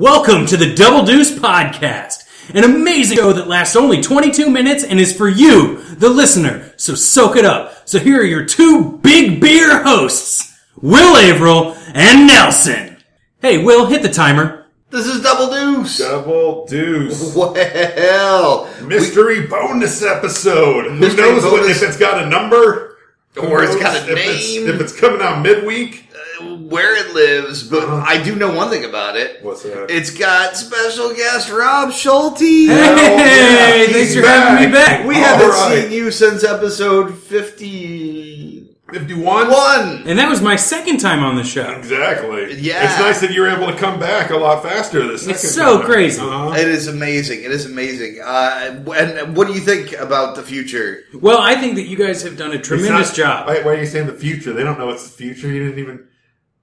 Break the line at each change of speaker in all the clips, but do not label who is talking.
Welcome to the Double Deuce Podcast, an amazing show that lasts only 22 minutes and is for you, the listener. So soak it up. So here are your two big beer hosts, Will Averill and Nelson. Hey, Will, hit the timer.
This is Double Deuce.
Double Deuce.
Well,
Mystery bonus episode. Who
Mystery
knows what,
bonus.
if it's got a number? Who
Or it's
knows
got a
if it's-
name.
if it's coming out midweek.
where it lives, but I do know one thing about it.
What's that?
It's got special guest Rob Schulte.
Hey,
yeah,
thanks
he's
for having me
back.
back.
We
All
haven't
right.
seen you since episode fifty-one.
51?
and that was my second time on the show.
Exactly.
Yeah.
It's nice that you were able to come back a lot faster this second
It's so
time.
crazy.
Uh-huh.
It is amazing. It is amazing. Uh, and what do you think about the future?
Well, I think that you guys have done a
It's
tremendous
not-
job.
Why, why are you saying the future? They don't know it's the future. You didn't even.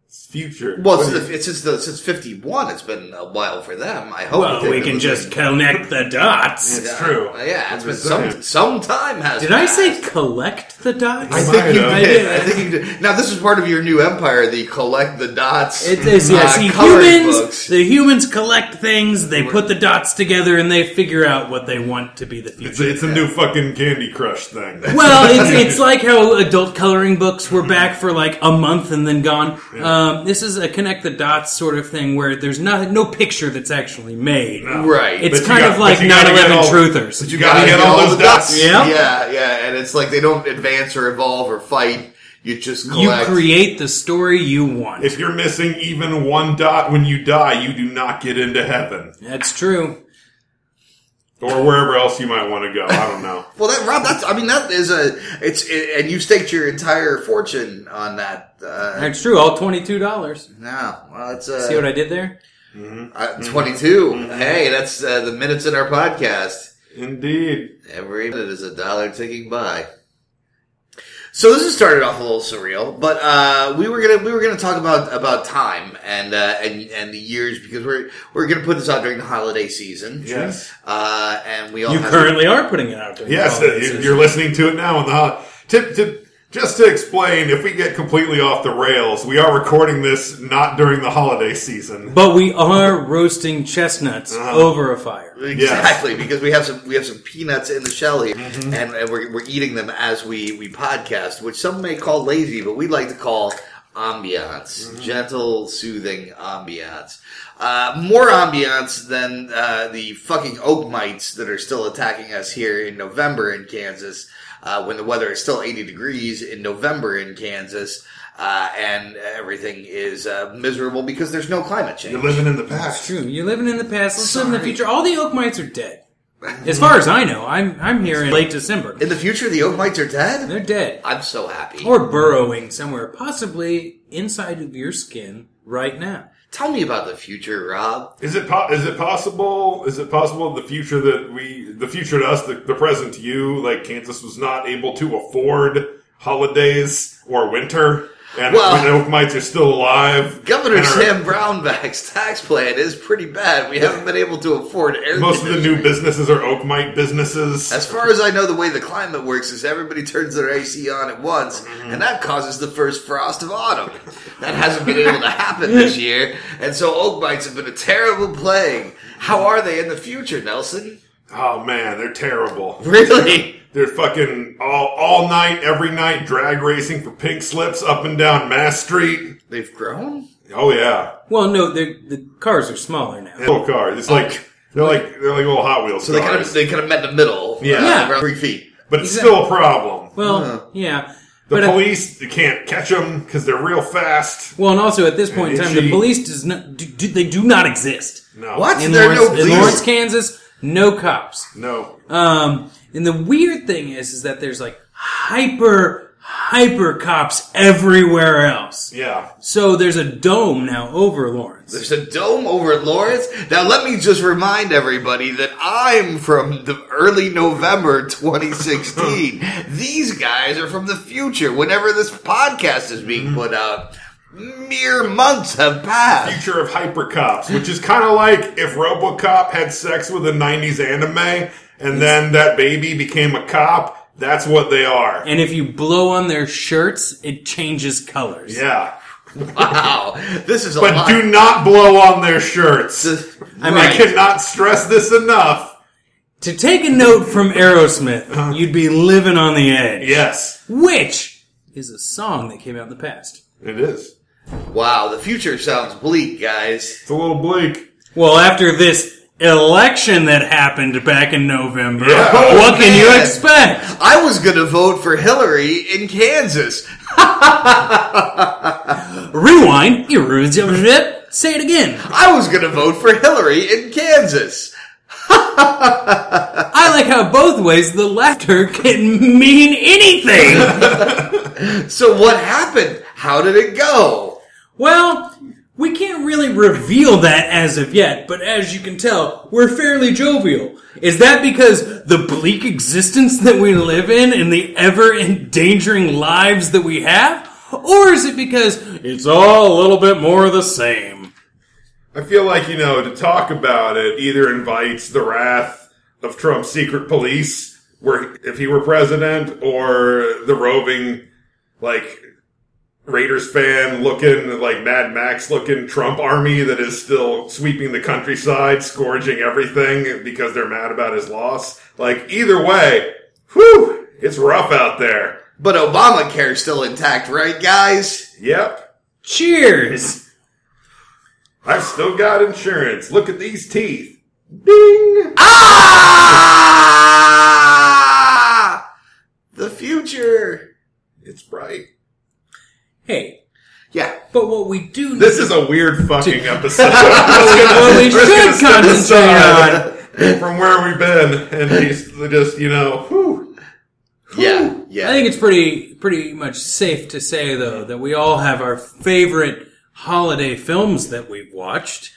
It's future.
Well,
What
since,
do you-
the, since, the, since fifty-one, it's been a while for them. I hope.
well,
that
we
they've
can
been
just
listening.
connect the dots.
It's true.
Yeah, it's
I'm
been
just
some
saying.
some time. Has
Did I say
passed.
collect the dots?
I
I think you
Might
did.
have.
I think you did. Now this is part of your new empire, the collect the dots.
It is, yeah.
uh,
See,
colored
humans,
books.
the humans collect things, they put the dots together, and they figure out what they want to be the
It's,
future.
it's a new fucking Candy Crush thing.
Well, it's, it's like how adult coloring books were back for like a month and then gone. Um, this is a connect the dots sort of thing where there's not, no picture that's actually made.
right.
It's
But you
kind
got-
of
but
like
you gotta
9
get
11
all-
truthers.
you gotta get all those dots.
Yeah.
Yeah, yeah. And it's like they don't advance or evolve or fight. You just
You
collect.
create the story you want.
If you're missing even one dot when you die, you do not get into heaven.
that's true.
Or wherever else you might want to go. I don't know.
well, that Rob, that's. I mean, that is a. It's and you staked your entire fortune on that. Uh,
That's true. All $22.
no, well, it's
See what
uh,
I Mm-hmm. did there?
uh, twenty-two. Hey, that's uh, the minutes in our podcast.
Indeed.
Every minute is a dollar ticking by. So this has started off a little surreal, but uh, we were gonna we were gonna talk about about time and uh, and and the years because we're we're gonna put this out during the holiday season.
Yes.
uh, and we all
You
have
currently are putting it out there.
Oh, Yes,
Well, this
you-
is-
you're listening to it now. On the hol- tip, tip, just to explain, if we get completely off the rails, we are recording this not during the holiday season.
But we are roasting chestnuts
Uh-huh.
over a fire.
exactly because we have some we have some peanuts in the shell here, and, and we're, we're eating them as we we podcast, which some may call lazy, but we like to call ambiance, gentle, soothing ambiance. Uh, more ambiance than uh, the fucking oak mites that are still attacking us here in November in Kansas, uh, when the weather is still 80 degrees in November in Kansas, uh, and everything is uh, miserable because there's no climate change.
You're living in the past.
True. You're living in the past. Let's live in the
Sorry.
future. All the oak mites are dead. As far as I know, I'm I'm here in late December.
In the future, the oak mites are dead.
They're dead
I'm so happy.
or burrowing somewhere, possibly inside of your skin right now.
Tell me about the future, Rob.
Is it po- is it possible? Is it possible the future that we, the future to us, the, the present to you, like Kansas was not able to afford holidays or winter, and
Well-
when oak mites are still alive,
Governor
and are-
Sam Brownback's tax plan is pretty bad. We haven't been able to afford air
Most of the
conditioning.
new businesses are oak mite businesses.
As far as I know, the way the climate works is everybody turns their AC on at once, and that causes the first frost of autumn. That hasn't been able to happen this year, and so oak mites have been a terrible plague. How are they in the future, Nelson?
oh man, they're terrible.
Really?
They're fucking all, all night, every night, drag racing for pink slips up and down Mass Street.
They've grown?
Oh yeah,
Well, no, the the cars are smaller now.
little cars. It's like they're like they're like little Hot Wheels
So they kind
cars,
of they kind of met in the middle.
Yeah.
uh,
Yeah.
around three feet.
but it's
Exactly.
still a problem.
Uh-huh.
Well, yeah.
the
But uh,
police you can't catch them because they're real fast.
well, and also at this point in time, the
Itchy.
police does not do, do, they do not exist
No,
What?
in
there are
Lawrence,
no
in
police.
Lawrence, Kansas. No cops.
No.
Um, and the weird thing is, is that there's like hyper, hyper cops everywhere else.
yeah.
So there's a dome now over Lawrence.
There's a dome over Lawrence. Now, let me just remind everybody that I'm from the early November 2016. These guys are from the future. Whenever this podcast is being put out, mere months have passed.
Future of hypercops, which is kind of like if RoboCop had sex with a '90s anime, and then that baby became a cop. That's what they are.
And if you blow on their shirts, it changes colors.
Yeah.
Wow, this is a
But
lot.
do not blow on their shirts.
This-
I mean,
I
Right.
cannot stress this enough.
To take a note from Aerosmith, you'd be living on the edge.
Yes,
Which is a song that came out in the past.
it is.
wow, the future sounds bleak, guys.
It's a little bleak.
Well, after this election that happened back in November,
Yeah.
what
Oh,
can
man.
you expect?
I was gonna vote for Hillary in Kansas.
Rewind. You ruins your shit. Say it again.
I was gonna vote for Hillary in Kansas.
I like how both ways the laughter can mean anything.
So what happened? How did it go?
well, we can't really reveal that as of yet, but as you can tell, we're fairly jovial. Is that because the bleak existence that we live in and the ever endangering lives that we have? Or is it because it's all a little bit more of the same?
I feel like, you know, to talk about it either invites the wrath of Trump's secret police, where if he were president, or the roving, like, Raiders fan looking, like Mad Max looking Trump army that is still sweeping the countryside, scourging everything because they're mad about his loss. Like, either way, whew, it's rough out there.
But Obamacare's still intact, right, guys?
Yep.
Cheers!
I've still got insurance. Look at these teeth. Ding!
Ah! The future.
It's bright.
Hey,
Yeah.
but what we do
This is a weird fucking episode. Let's get
what we
We're gonna
should
step
concentrate
aside.
on.
from where we've been, and he's just you know, whew.
Yeah. Yeah.
I think it's pretty pretty much safe to say though that we all have our favorite holiday films that we've watched.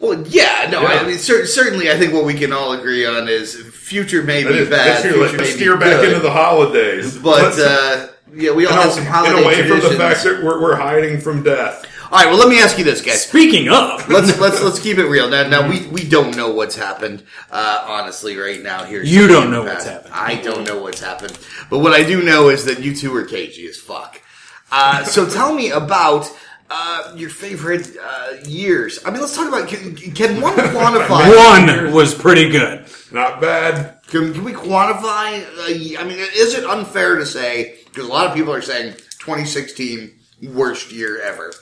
Well, yeah, no,
Yeah.
I mean, cer- certainly, I think what we can all agree on is future may
that
be
is,
bad,
that's
future
your like,
may be
steer back
good,
into the holidays,
but
Let's-
uh, yeah, we all
and
have
a-
some holiday
and away
traditions.
from the fact that we're, we're hiding from death.
all right, well, let me ask you this, guys.
Speaking of,
Let's let's let's keep it real. Now, now we we don't know what's happened, uh, honestly, right now. Here, Uh,
You don't know what's happened.
I don't know what's happened, but what I do know is that you two are cagey as fuck. Uh, so tell me about. Uh, your favorite uh, years? I mean, let's talk about. Can, can one quantify
one was pretty good.
Not bad.
Can, can we quantify? Uh, y- I mean, is it unfair to say? Because a lot of people are saying 2016 worst year ever.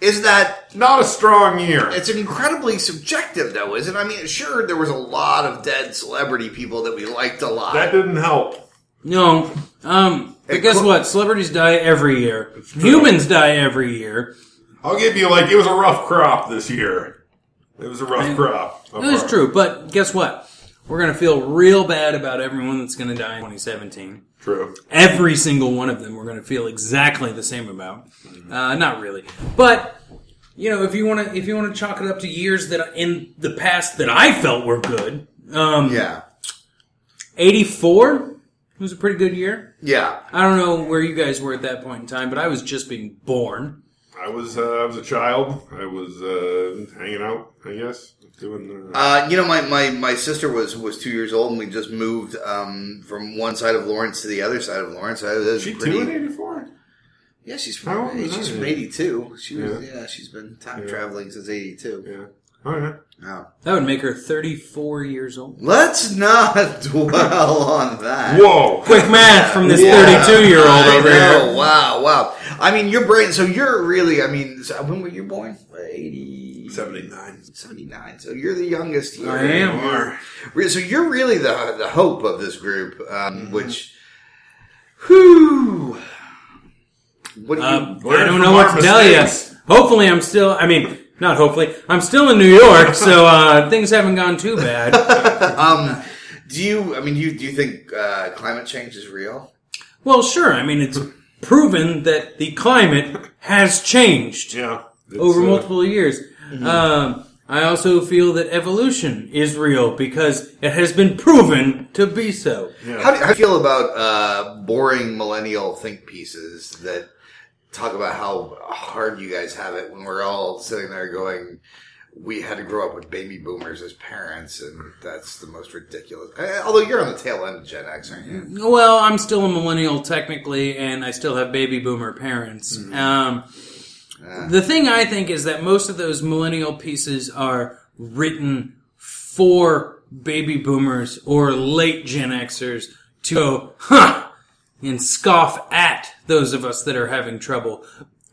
Is that?
Not a strong year.
It's incredibly subjective, though, isn't it? I mean, sure, there was a lot of dead celebrity people that we liked a lot.
that didn't help.
No, um, but
It
guess
cl-
what? Celebrities die every year. Humans die every year.
I'll give you like it was a rough crop this year. It was a rough crop.
It is true, but guess what? We're gonna feel real bad about everyone that's gonna die in 2017.
True.
every single one of them we're going to feel exactly the same about. Uh, not really, but you know, if you want to, if you want to chalk it up to years that I- in the past that I felt were good, um,
yeah,
eighty four was a pretty good year.
yeah.
I don't know where you guys were at that point in time, but I was just being born.
I was uh, I was a child. I was uh, hanging out. I guess doing. Uh,
Uh, you know, my, my, my sister was, was two years old, and we just moved um, from one side of Lawrence to the other side of Lawrence. I was
she
pretty,
two and eighty four.
Yeah, she's
How
from,
old was
she's
I?
from 82. She was,
Yeah.
yeah. she's been time
Yeah.
traveling since 82.
Yeah. Oh yeah.
Wow.
That would make her thirty four years old.
Let's not dwell on that.
Whoa.
Quick math from this
Yeah,
thirty two year old
I
over
know.
here.
Wow, wow. I mean, your brain, so you're really, I mean, so when were you born? 80.
79.
79. So you're the youngest here.
I am.
Or-
Re- So you're really the the hope of this group, um,
Mm-hmm.
which, whoo. What do you,
Um,
Learn
I don't
from
know what
our
to tell you.
mistakes.
Hopefully, I'm still. I mean, not hopefully. I'm still in New York, so uh, things haven't gone too bad.
um, do you, I mean, do you, do you think, uh, climate change is real?
well, sure. I mean, it's proven that the climate has changed
Yeah. It's,
over
uh, mm-hmm.
multiple years. Um, I also feel that evolution is real because it has been proven to be so.
yeah.
How do, how do you feel about uh, boring millennial think pieces that talk about how hard you guys have it when we're all sitting there going, we had to grow up with baby boomers as parents, and that's the most ridiculous. Eh, Although you're on the tail end of Gen X, aren't you?
Well,
Mm-hmm.
I'm still a millennial technically, and I still have baby boomer parents. Um,
Ah.
The thing I think is that most of those millennial pieces are written for baby boomers or late Gen Xers to go, huh, and scoff at those of us that are having trouble.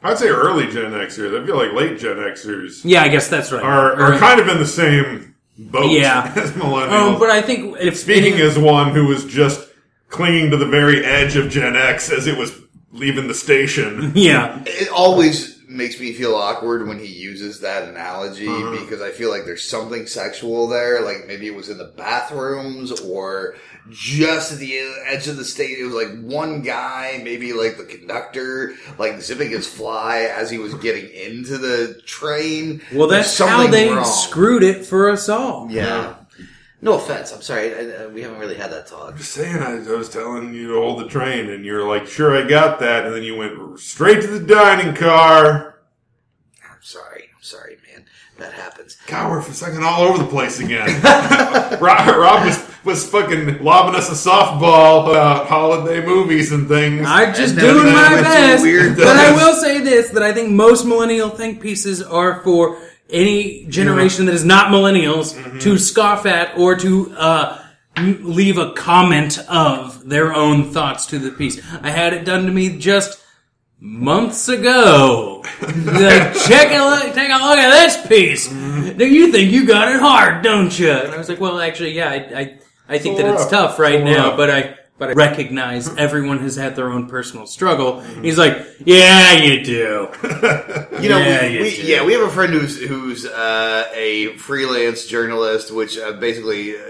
I'd say early Gen Xers. I feel like late Gen Xers
Yeah, I guess that's right.
are,
Or-
are kind of in the same boat
Yeah.
as millennials.
um, but I think if
Speaking
any-
as one who was just clinging to the very edge of Gen X as it was leaving the station.
yeah,
It always makes me feel awkward when he uses that analogy
Uh-huh.
because I feel like there's something sexual there. Like maybe it was in the bathrooms or just at the edge of the stage. It was like one guy, maybe like the conductor, like zipping his fly as he was getting into the train.
well,
There's
that's how they
wrong.
screwed it for us all.
Yeah. No offense. I'm sorry. I, I, we haven't really had that talk.
Saying I, I was telling you to hold the train, and you're like, "Sure, I got that," and then you went straight to the dining car.
I'm sorry. I'm sorry, man. That happens.
God, we're fucking all over the place again. Rob, Rob was was fucking lobbing us a softball about holiday movies and things.
I'm just
And then
doing
we
my
went to
best.
weird
But I
things.
will say this: that I think most millennial think pieces are for any generation that is not millennials to scoff at or to uh, m- leave a comment of their own thoughts to the piece. I had it done to me just months ago. like, check a look, take a look at this piece. Do you think you got it hard, don't you? And I was like, well, actually, yeah, I, I, I think that it's
Four up.
tough right
Four
now,
up.
but I, but I recognize
Mm-hmm.
everyone has had their own personal struggle. He's like, yeah, you do.
You know,
Yeah,
we,
you
we,
do.
yeah, we have a friend who's who's uh, a freelance journalist, which uh, basically, uh,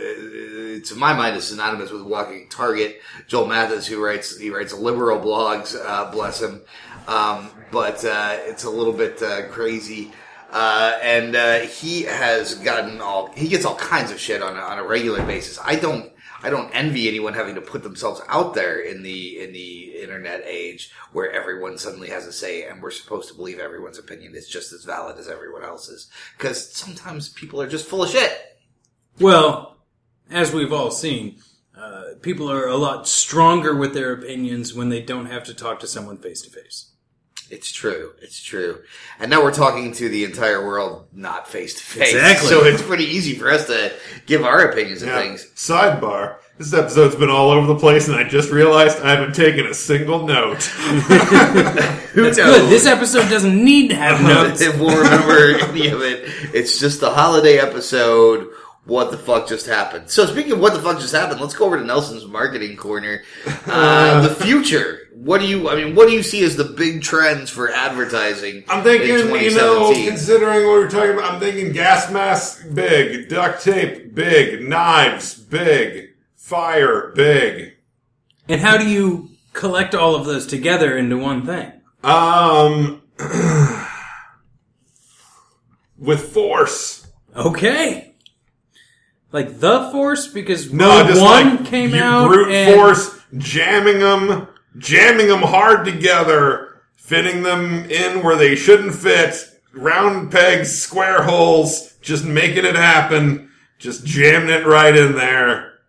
to my mind, is synonymous with walking target. Joel Mathis, who writes he writes liberal blogs, uh, bless him, um, but uh, it's a little bit uh, crazy. Uh, and uh, he has gotten all he gets all kinds of shit on a, on a regular basis. I don't I don't envy anyone having to put themselves out there in the in the internet age where everyone suddenly has a say and we're supposed to believe everyone's opinion is just as valid as everyone else's because sometimes people are just full of shit.
Well, as we've all seen, uh, people are a lot stronger with their opinions when they don't have to talk to someone face to face.
It's true. It's true. And now we're talking to the entire world, not face to face.
Exactly.
So it's pretty easy for us to give our opinions of
Yeah.
things.
Sidebar. This episode's been all over the place, and I just realized I haven't taken a single note.
Who
That's good. This episode doesn't need to have notes.
if we'll remember any of it. It's just the holiday episode. What the fuck just happened? So speaking of what the fuck just happened, let's go over to Nelson's marketing corner. Uh, the future. What do you? I mean, what do you see as the big trends for advertising?
I'm thinking,
in
you know,
2017?
considering what we're talking about, I'm thinking gas mask big, duct tape big, knives big, fire big.
And how do you collect all of those together into one thing?
Um, with force.
Okay. Like the Force because
No,
Rogue
just
One
like
came
you
out.
brute
and
force, jamming them, jamming them hard together, fitting them in where they shouldn't fit, round pegs, square holes, just making it happen, just jamming it right in there.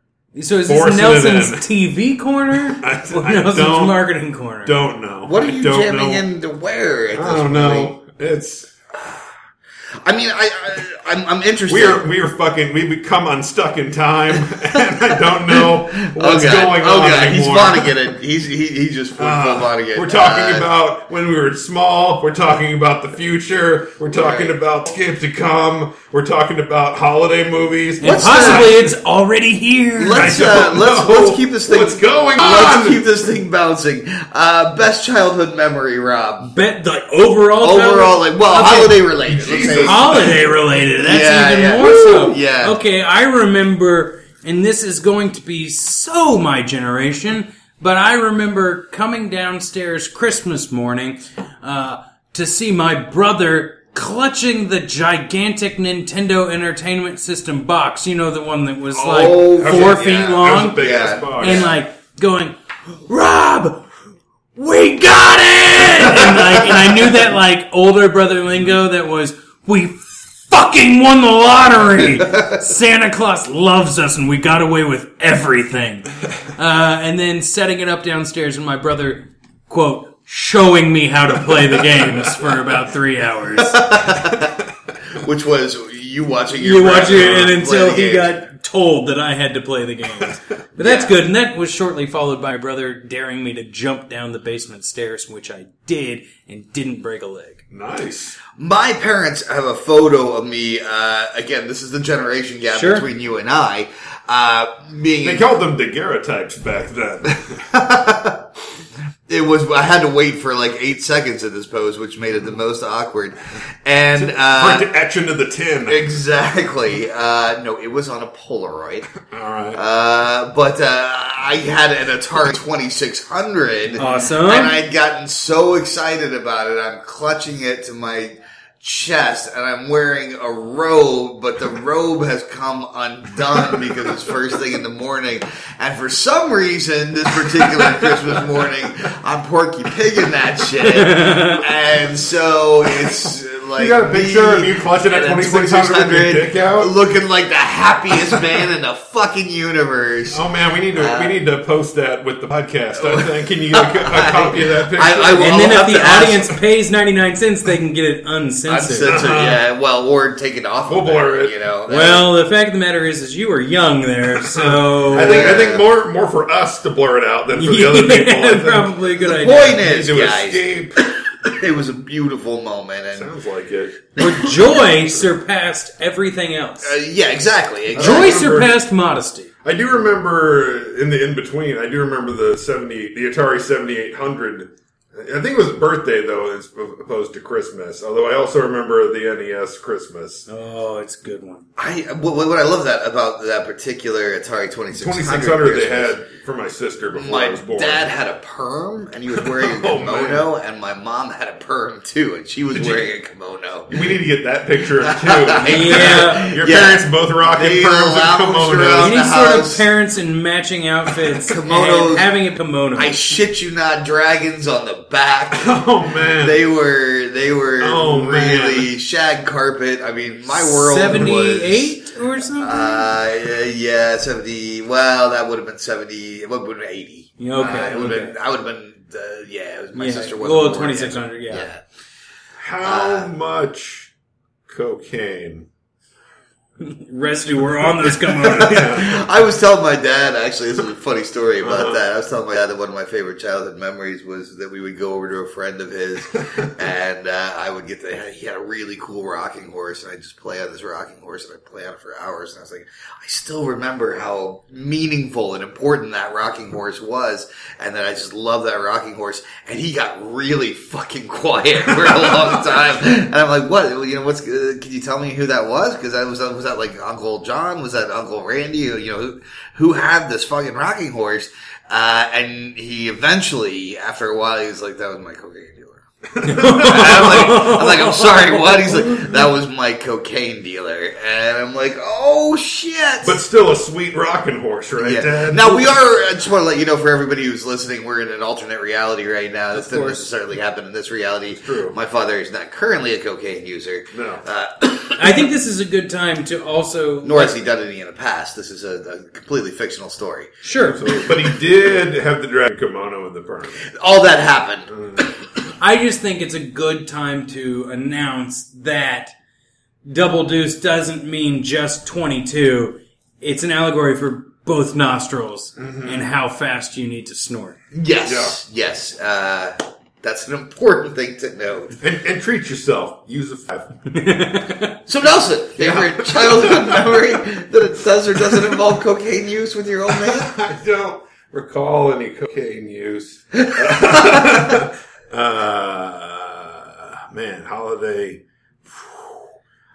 So is
forcing
this
it
Nelson's
in.
TV corner
I-
or
I
Nelson's
don't-
marketing corner?
Don't know.
what are
I
you
don't
jamming
know.
in to where? At this
I don't know. It's
Point? I mean, I, I I'm, I'm interested.
we are we are fucking we become unstuck in time, and I don't know what's
oh god!
going
oh
on
god! He's
anymore.
Vonnegut. it. He's he, he just full
Uh,
Vonnegut.
we're talking
Uh,
about when we were small. We're talking about the future. We're talking
Right.
about kids to come. We're talking about holiday movies.
And
What's
possibly it's already here.
I
Let's uh,
don't
let's
know
let's keep this thing
What's going
Let's
on?
keep this thing bouncing. Uh, best childhood memory, Rob.
Bet the overall
Overall, like well,
Okay.
holiday related. let's
Jesus.
say.
holiday related. That's
Yeah,
even
yeah.
more so.
Yeah.
Okay, I remember, and this is going to be so my generation, but I remember coming downstairs Christmas morning uh, to see my brother clutching the gigantic Nintendo Entertainment System box. You know, the one that was like
Oh,
four
okay,
feet
yeah. That
long
That was a big
Yeah.
ass box.
and like going, Rob, we got it, and like, and I knew that like older brother lingo that was we fucking won the lottery. Santa Claus loves us, and we got away with everything. Uh, and then setting it up downstairs, and my brother quote showing me how to play the games for about three hours.
which was you watching your
You
brother
watch it, and
play
until
the
he
game.
got told that I had to play the games. But that's
Yeah.
good, and that was shortly followed by my brother daring me to jump down the basement stairs, which I did, and didn't break a leg.
Nice.
My parents have a photo of me. Uh, again, this is the generation gap
Sure.
between you and I. Uh, being
They called them daguerreotypes back then.
it was I had to wait for like eight seconds in this pose, which made it the most awkward. And
Hard
uh,
to etch into the tin.
exactly, uh, no, it was on a Polaroid.
All right.
Uh, but uh, I had an Atari 2600.
Awesome.
And I'd gotten so excited about it. I'm clutching it to my chest and I'm wearing a robe, but the robe has come undone because it's first thing in the morning. And for some reason, this particular Christmas morning, I'm Porky Pigging that shit. And so it's like.
You got a picture of you clutching
at
at 2600 with your dick out?
Looking like the happiest man in the fucking universe.
Oh man, we need to
uh,
we need to post that with the podcast. I think. Can you get a, co- a copy of that picture?
I- I will-
And then if
I'll have
the
to ask-
audience pays 99 cents, they can get it uncensored.
Uncensored, yeah. Well, or take it off.
Uh-huh. We'll
of there,
blur it.
You know.
Well, the fact of the matter is, is you were young there, so
I think I think more more for us to blur it out than for the
yeah,
other people. I think.
probably a good
the
idea.
point is,
To
guys,
escape.
it was a beautiful moment, and
Sounds like it.
But joy surpassed everything else.
uh, yeah, exactly. exactly.
Joy
remember-
surpassed modesty.
I do remember in the in between. I do remember the seventy, the Atari seventy eight hundred. I think it was birthday though, as opposed to Christmas. Although I also remember the NES Christmas.
Oh, it's a good one.
I what, what I love that about that particular Atari Twenty Six
Twenty six hundred they
Christmas,
had for my sister before I was
My
born.
dad had a perm, and he was wearing a
Oh,
kimono, and my mom had a perm too, and she was
you-
wearing a kimono.
we need to get that picture of too.
Yeah.
Your
Yeah.
parents both rocking
They
perms and
lounged around.
kimonos.
Any
the
sort of
house.
parents in matching outfits,
Kimonos.
and having a kimono.
I shit you not, dragons on the back.
Oh man,
They were they were
Oh, man.
really shag carpet. I mean, my world was
seventy-eight or something.
Uh, yeah, yeah, seventy. Well, that would have been seventy. It would have been eighty.
Yeah, okay,
Uh, it would have
okay.
been. I would have been. Uh, yeah, it was my
Yeah,
sister.
well,
was
2600, yeah.
Uh,
how much cocaine?
Residue were on those kimonos.
I was telling my dad actually. This is a funny story about
Uh-huh.
that. I was telling my dad that one of my favorite childhood memories was that we would go over to a friend of his, and uh, I would get the. He had a really cool rocking horse, and I would just play on this rocking horse, and I would play on it for hours. And I was like, I still remember how meaningful and important that rocking horse was, and that I just loved that rocking horse. And he got really fucking quiet for a long time, and I'm like, what? You know, what's? Uh, can you tell me who that was? Because I was uh, was that like Uncle John? Was that Uncle Randy? You know, who, who had this fucking rocking horse? Uh, and he eventually, after a while, he was like, that was my cocaine dealer. I'm like, I'm like, I'm sorry, what? He's like, that was my cocaine dealer, and I'm like, oh shit.
But still a sweet rocking horse, right,
Yeah.
Dad?
Now we are. I just want to let you know for everybody who's listening, we're in an alternate reality right now. This doesn't
course.
necessarily happen in this reality.
true.
My father is not currently a cocaine user.
No.
Uh,
I think this is a good time to also
nor has he done any in the past. This is a, a completely fictional story.
sure.
But he did have the dragon kimono in the perm.
All that happened.
Uh,
I just think it's a good time to announce that Double Deuce doesn't mean just 22. It's an allegory for both nostrils
Mm-hmm.
and how fast you need to snort.
Yes. Yes. Uh, that's an important thing to note.
And, and treat yourself. Use a five.
So Nelson, favorite childhood memory that it does or doesn't involve cocaine use with your old man?
I don't recall any cocaine use. uh, man, holiday.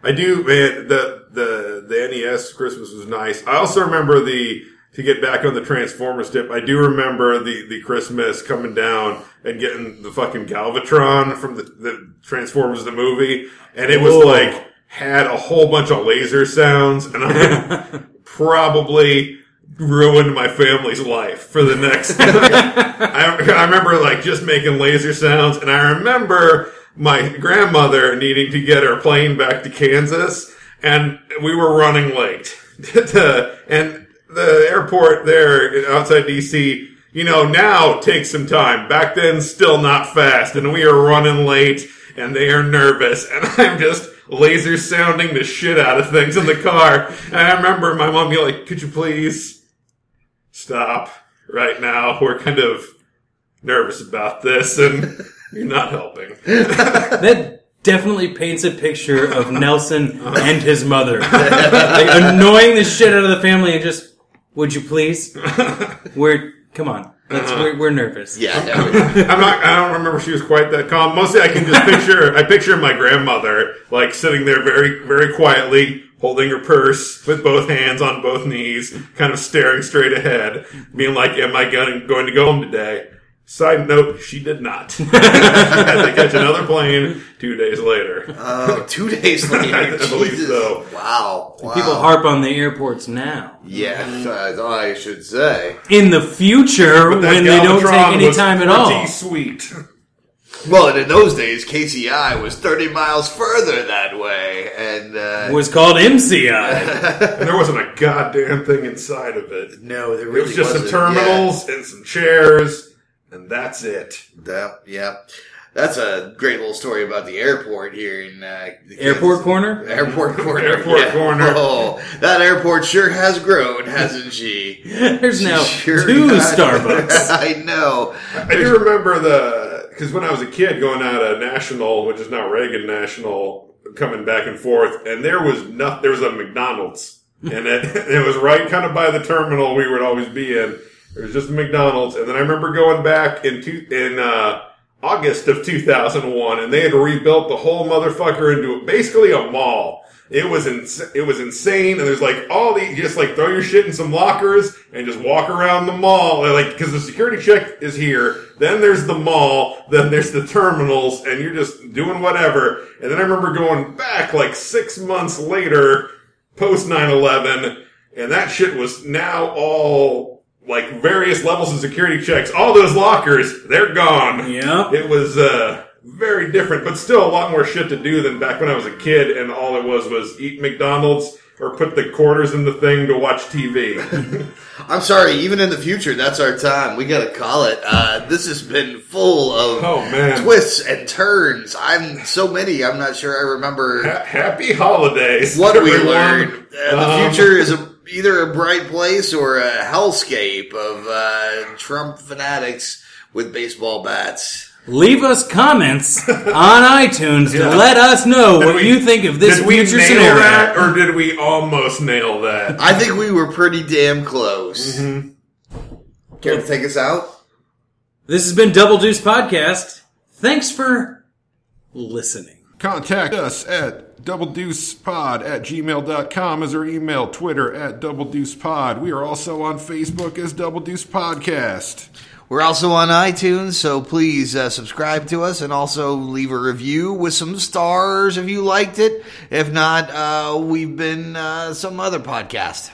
I do, man. The the the NES Christmas was nice. I also remember the to get back on the Transformers tip. I do remember the the Christmas coming down and getting the fucking Galvatron from the, the Transformers the movie, and it was
Whoa.
like had a whole bunch of laser sounds, and I probably ruined my family's life for the next. I, I remember like just making laser sounds, and I remember my grandmother needing to get her plane back to Kansas, and we were running late. to, and the airport there outside DC You know, now takes some time. Back then, still not fast, and we are running late, and they are nervous, and I'm just laser sounding the shit out of things in the car. And I remember my mom being like, "Could you please stop right now? We're kind of nervous about this, and you're not helping."
That definitely paints a picture of Nelson and his mother. Like, annoying the shit out of the family and just, would you please? We're, come on. Let's, we're, we're nervous.
Yeah, no.
I'm not. I don't remember she was quite that calm. Mostly, I can just picture. I picture my grandmother like sitting there very, very quietly, holding her purse with both hands on both knees, kind of staring straight ahead, being like, "Am I going going to go home today?" Side note: She did not. Had to catch another plane two days later.
Oh, two days later.
I believe
Jesus.
so.
Wow. wow. Mm-hmm.
People harp on the airports now.
Yes, as I should say.
In the future,
That
when they don't take
Galvatron
any
was
time at
pretty
all.
Sweet.
Well, and in those days, KCI was 30 miles further that way, and uh,
Was called MCI.
And there wasn't a goddamn thing inside of it.
no, there
It
really
was just some
wasn't.
terminals and some chairs, and that's it.
Yeah, yeah, yeah. That's a great little story about the airport here in uh, the
Airport
Kansas-
corner?
Airport corner.
Airport
yeah.
corner.
Oh, that airport sure has grown, hasn't she?
There's now
Sure
two
has.
Starbucks.
I know.
I do remember the because when I was a kid going out of National, which is now Reagan National, coming back and forth, and there was not there was a McDonald's, and it, it was right kind of by the terminal we would always be in. There was just a McDonald's, and then I remember going back in two, in uh, August of 2001, and they had rebuilt the whole motherfucker into basically a mall. It was ins- it was insane, and there's like all the you just like throw your shit in some lockers and just walk around the mall, and like because the security check is here. Then there's the mall, then there's the terminals, and you're just doing whatever. And then I remember going back like six months later, post 9-11, and that shit was now all like various levels of security checks. All those lockers, they're gone.
Yep.
It was uh, very different, but still a lot more shit to do than back when I was a kid, and all it was was eat McDonald's or put the quarters in the thing to watch TV.
I'm sorry. Even in the future, that's our time. We gotta call it. Uh, this has been full of
Oh, man.
twists and turns. I'm so many. I'm not sure I remember
Ha- Happy holidays!
what we
everyone.
learned. Uh, the
Um,
future is a, either a bright place or a hellscape of uh, Trump fanatics with baseball bats.
Leave us comments on iTunes to let us know
Did
what
we-
you think of this
did we
future
nail
scenario.
that, or did we almost nail that?
I think we were pretty damn close. Care to take us out?
This has been Double Deuce Podcast. Thanks for listening.
Contact us at doubledeucepod at gmail.com as our email, Twitter at doubledeucepod. We are also on Facebook as Double Deuce Podcast.
We're also on iTunes, so please uh, subscribe to us and also leave a review with some stars if you liked it. If not, uh, we've been uh, some other podcast.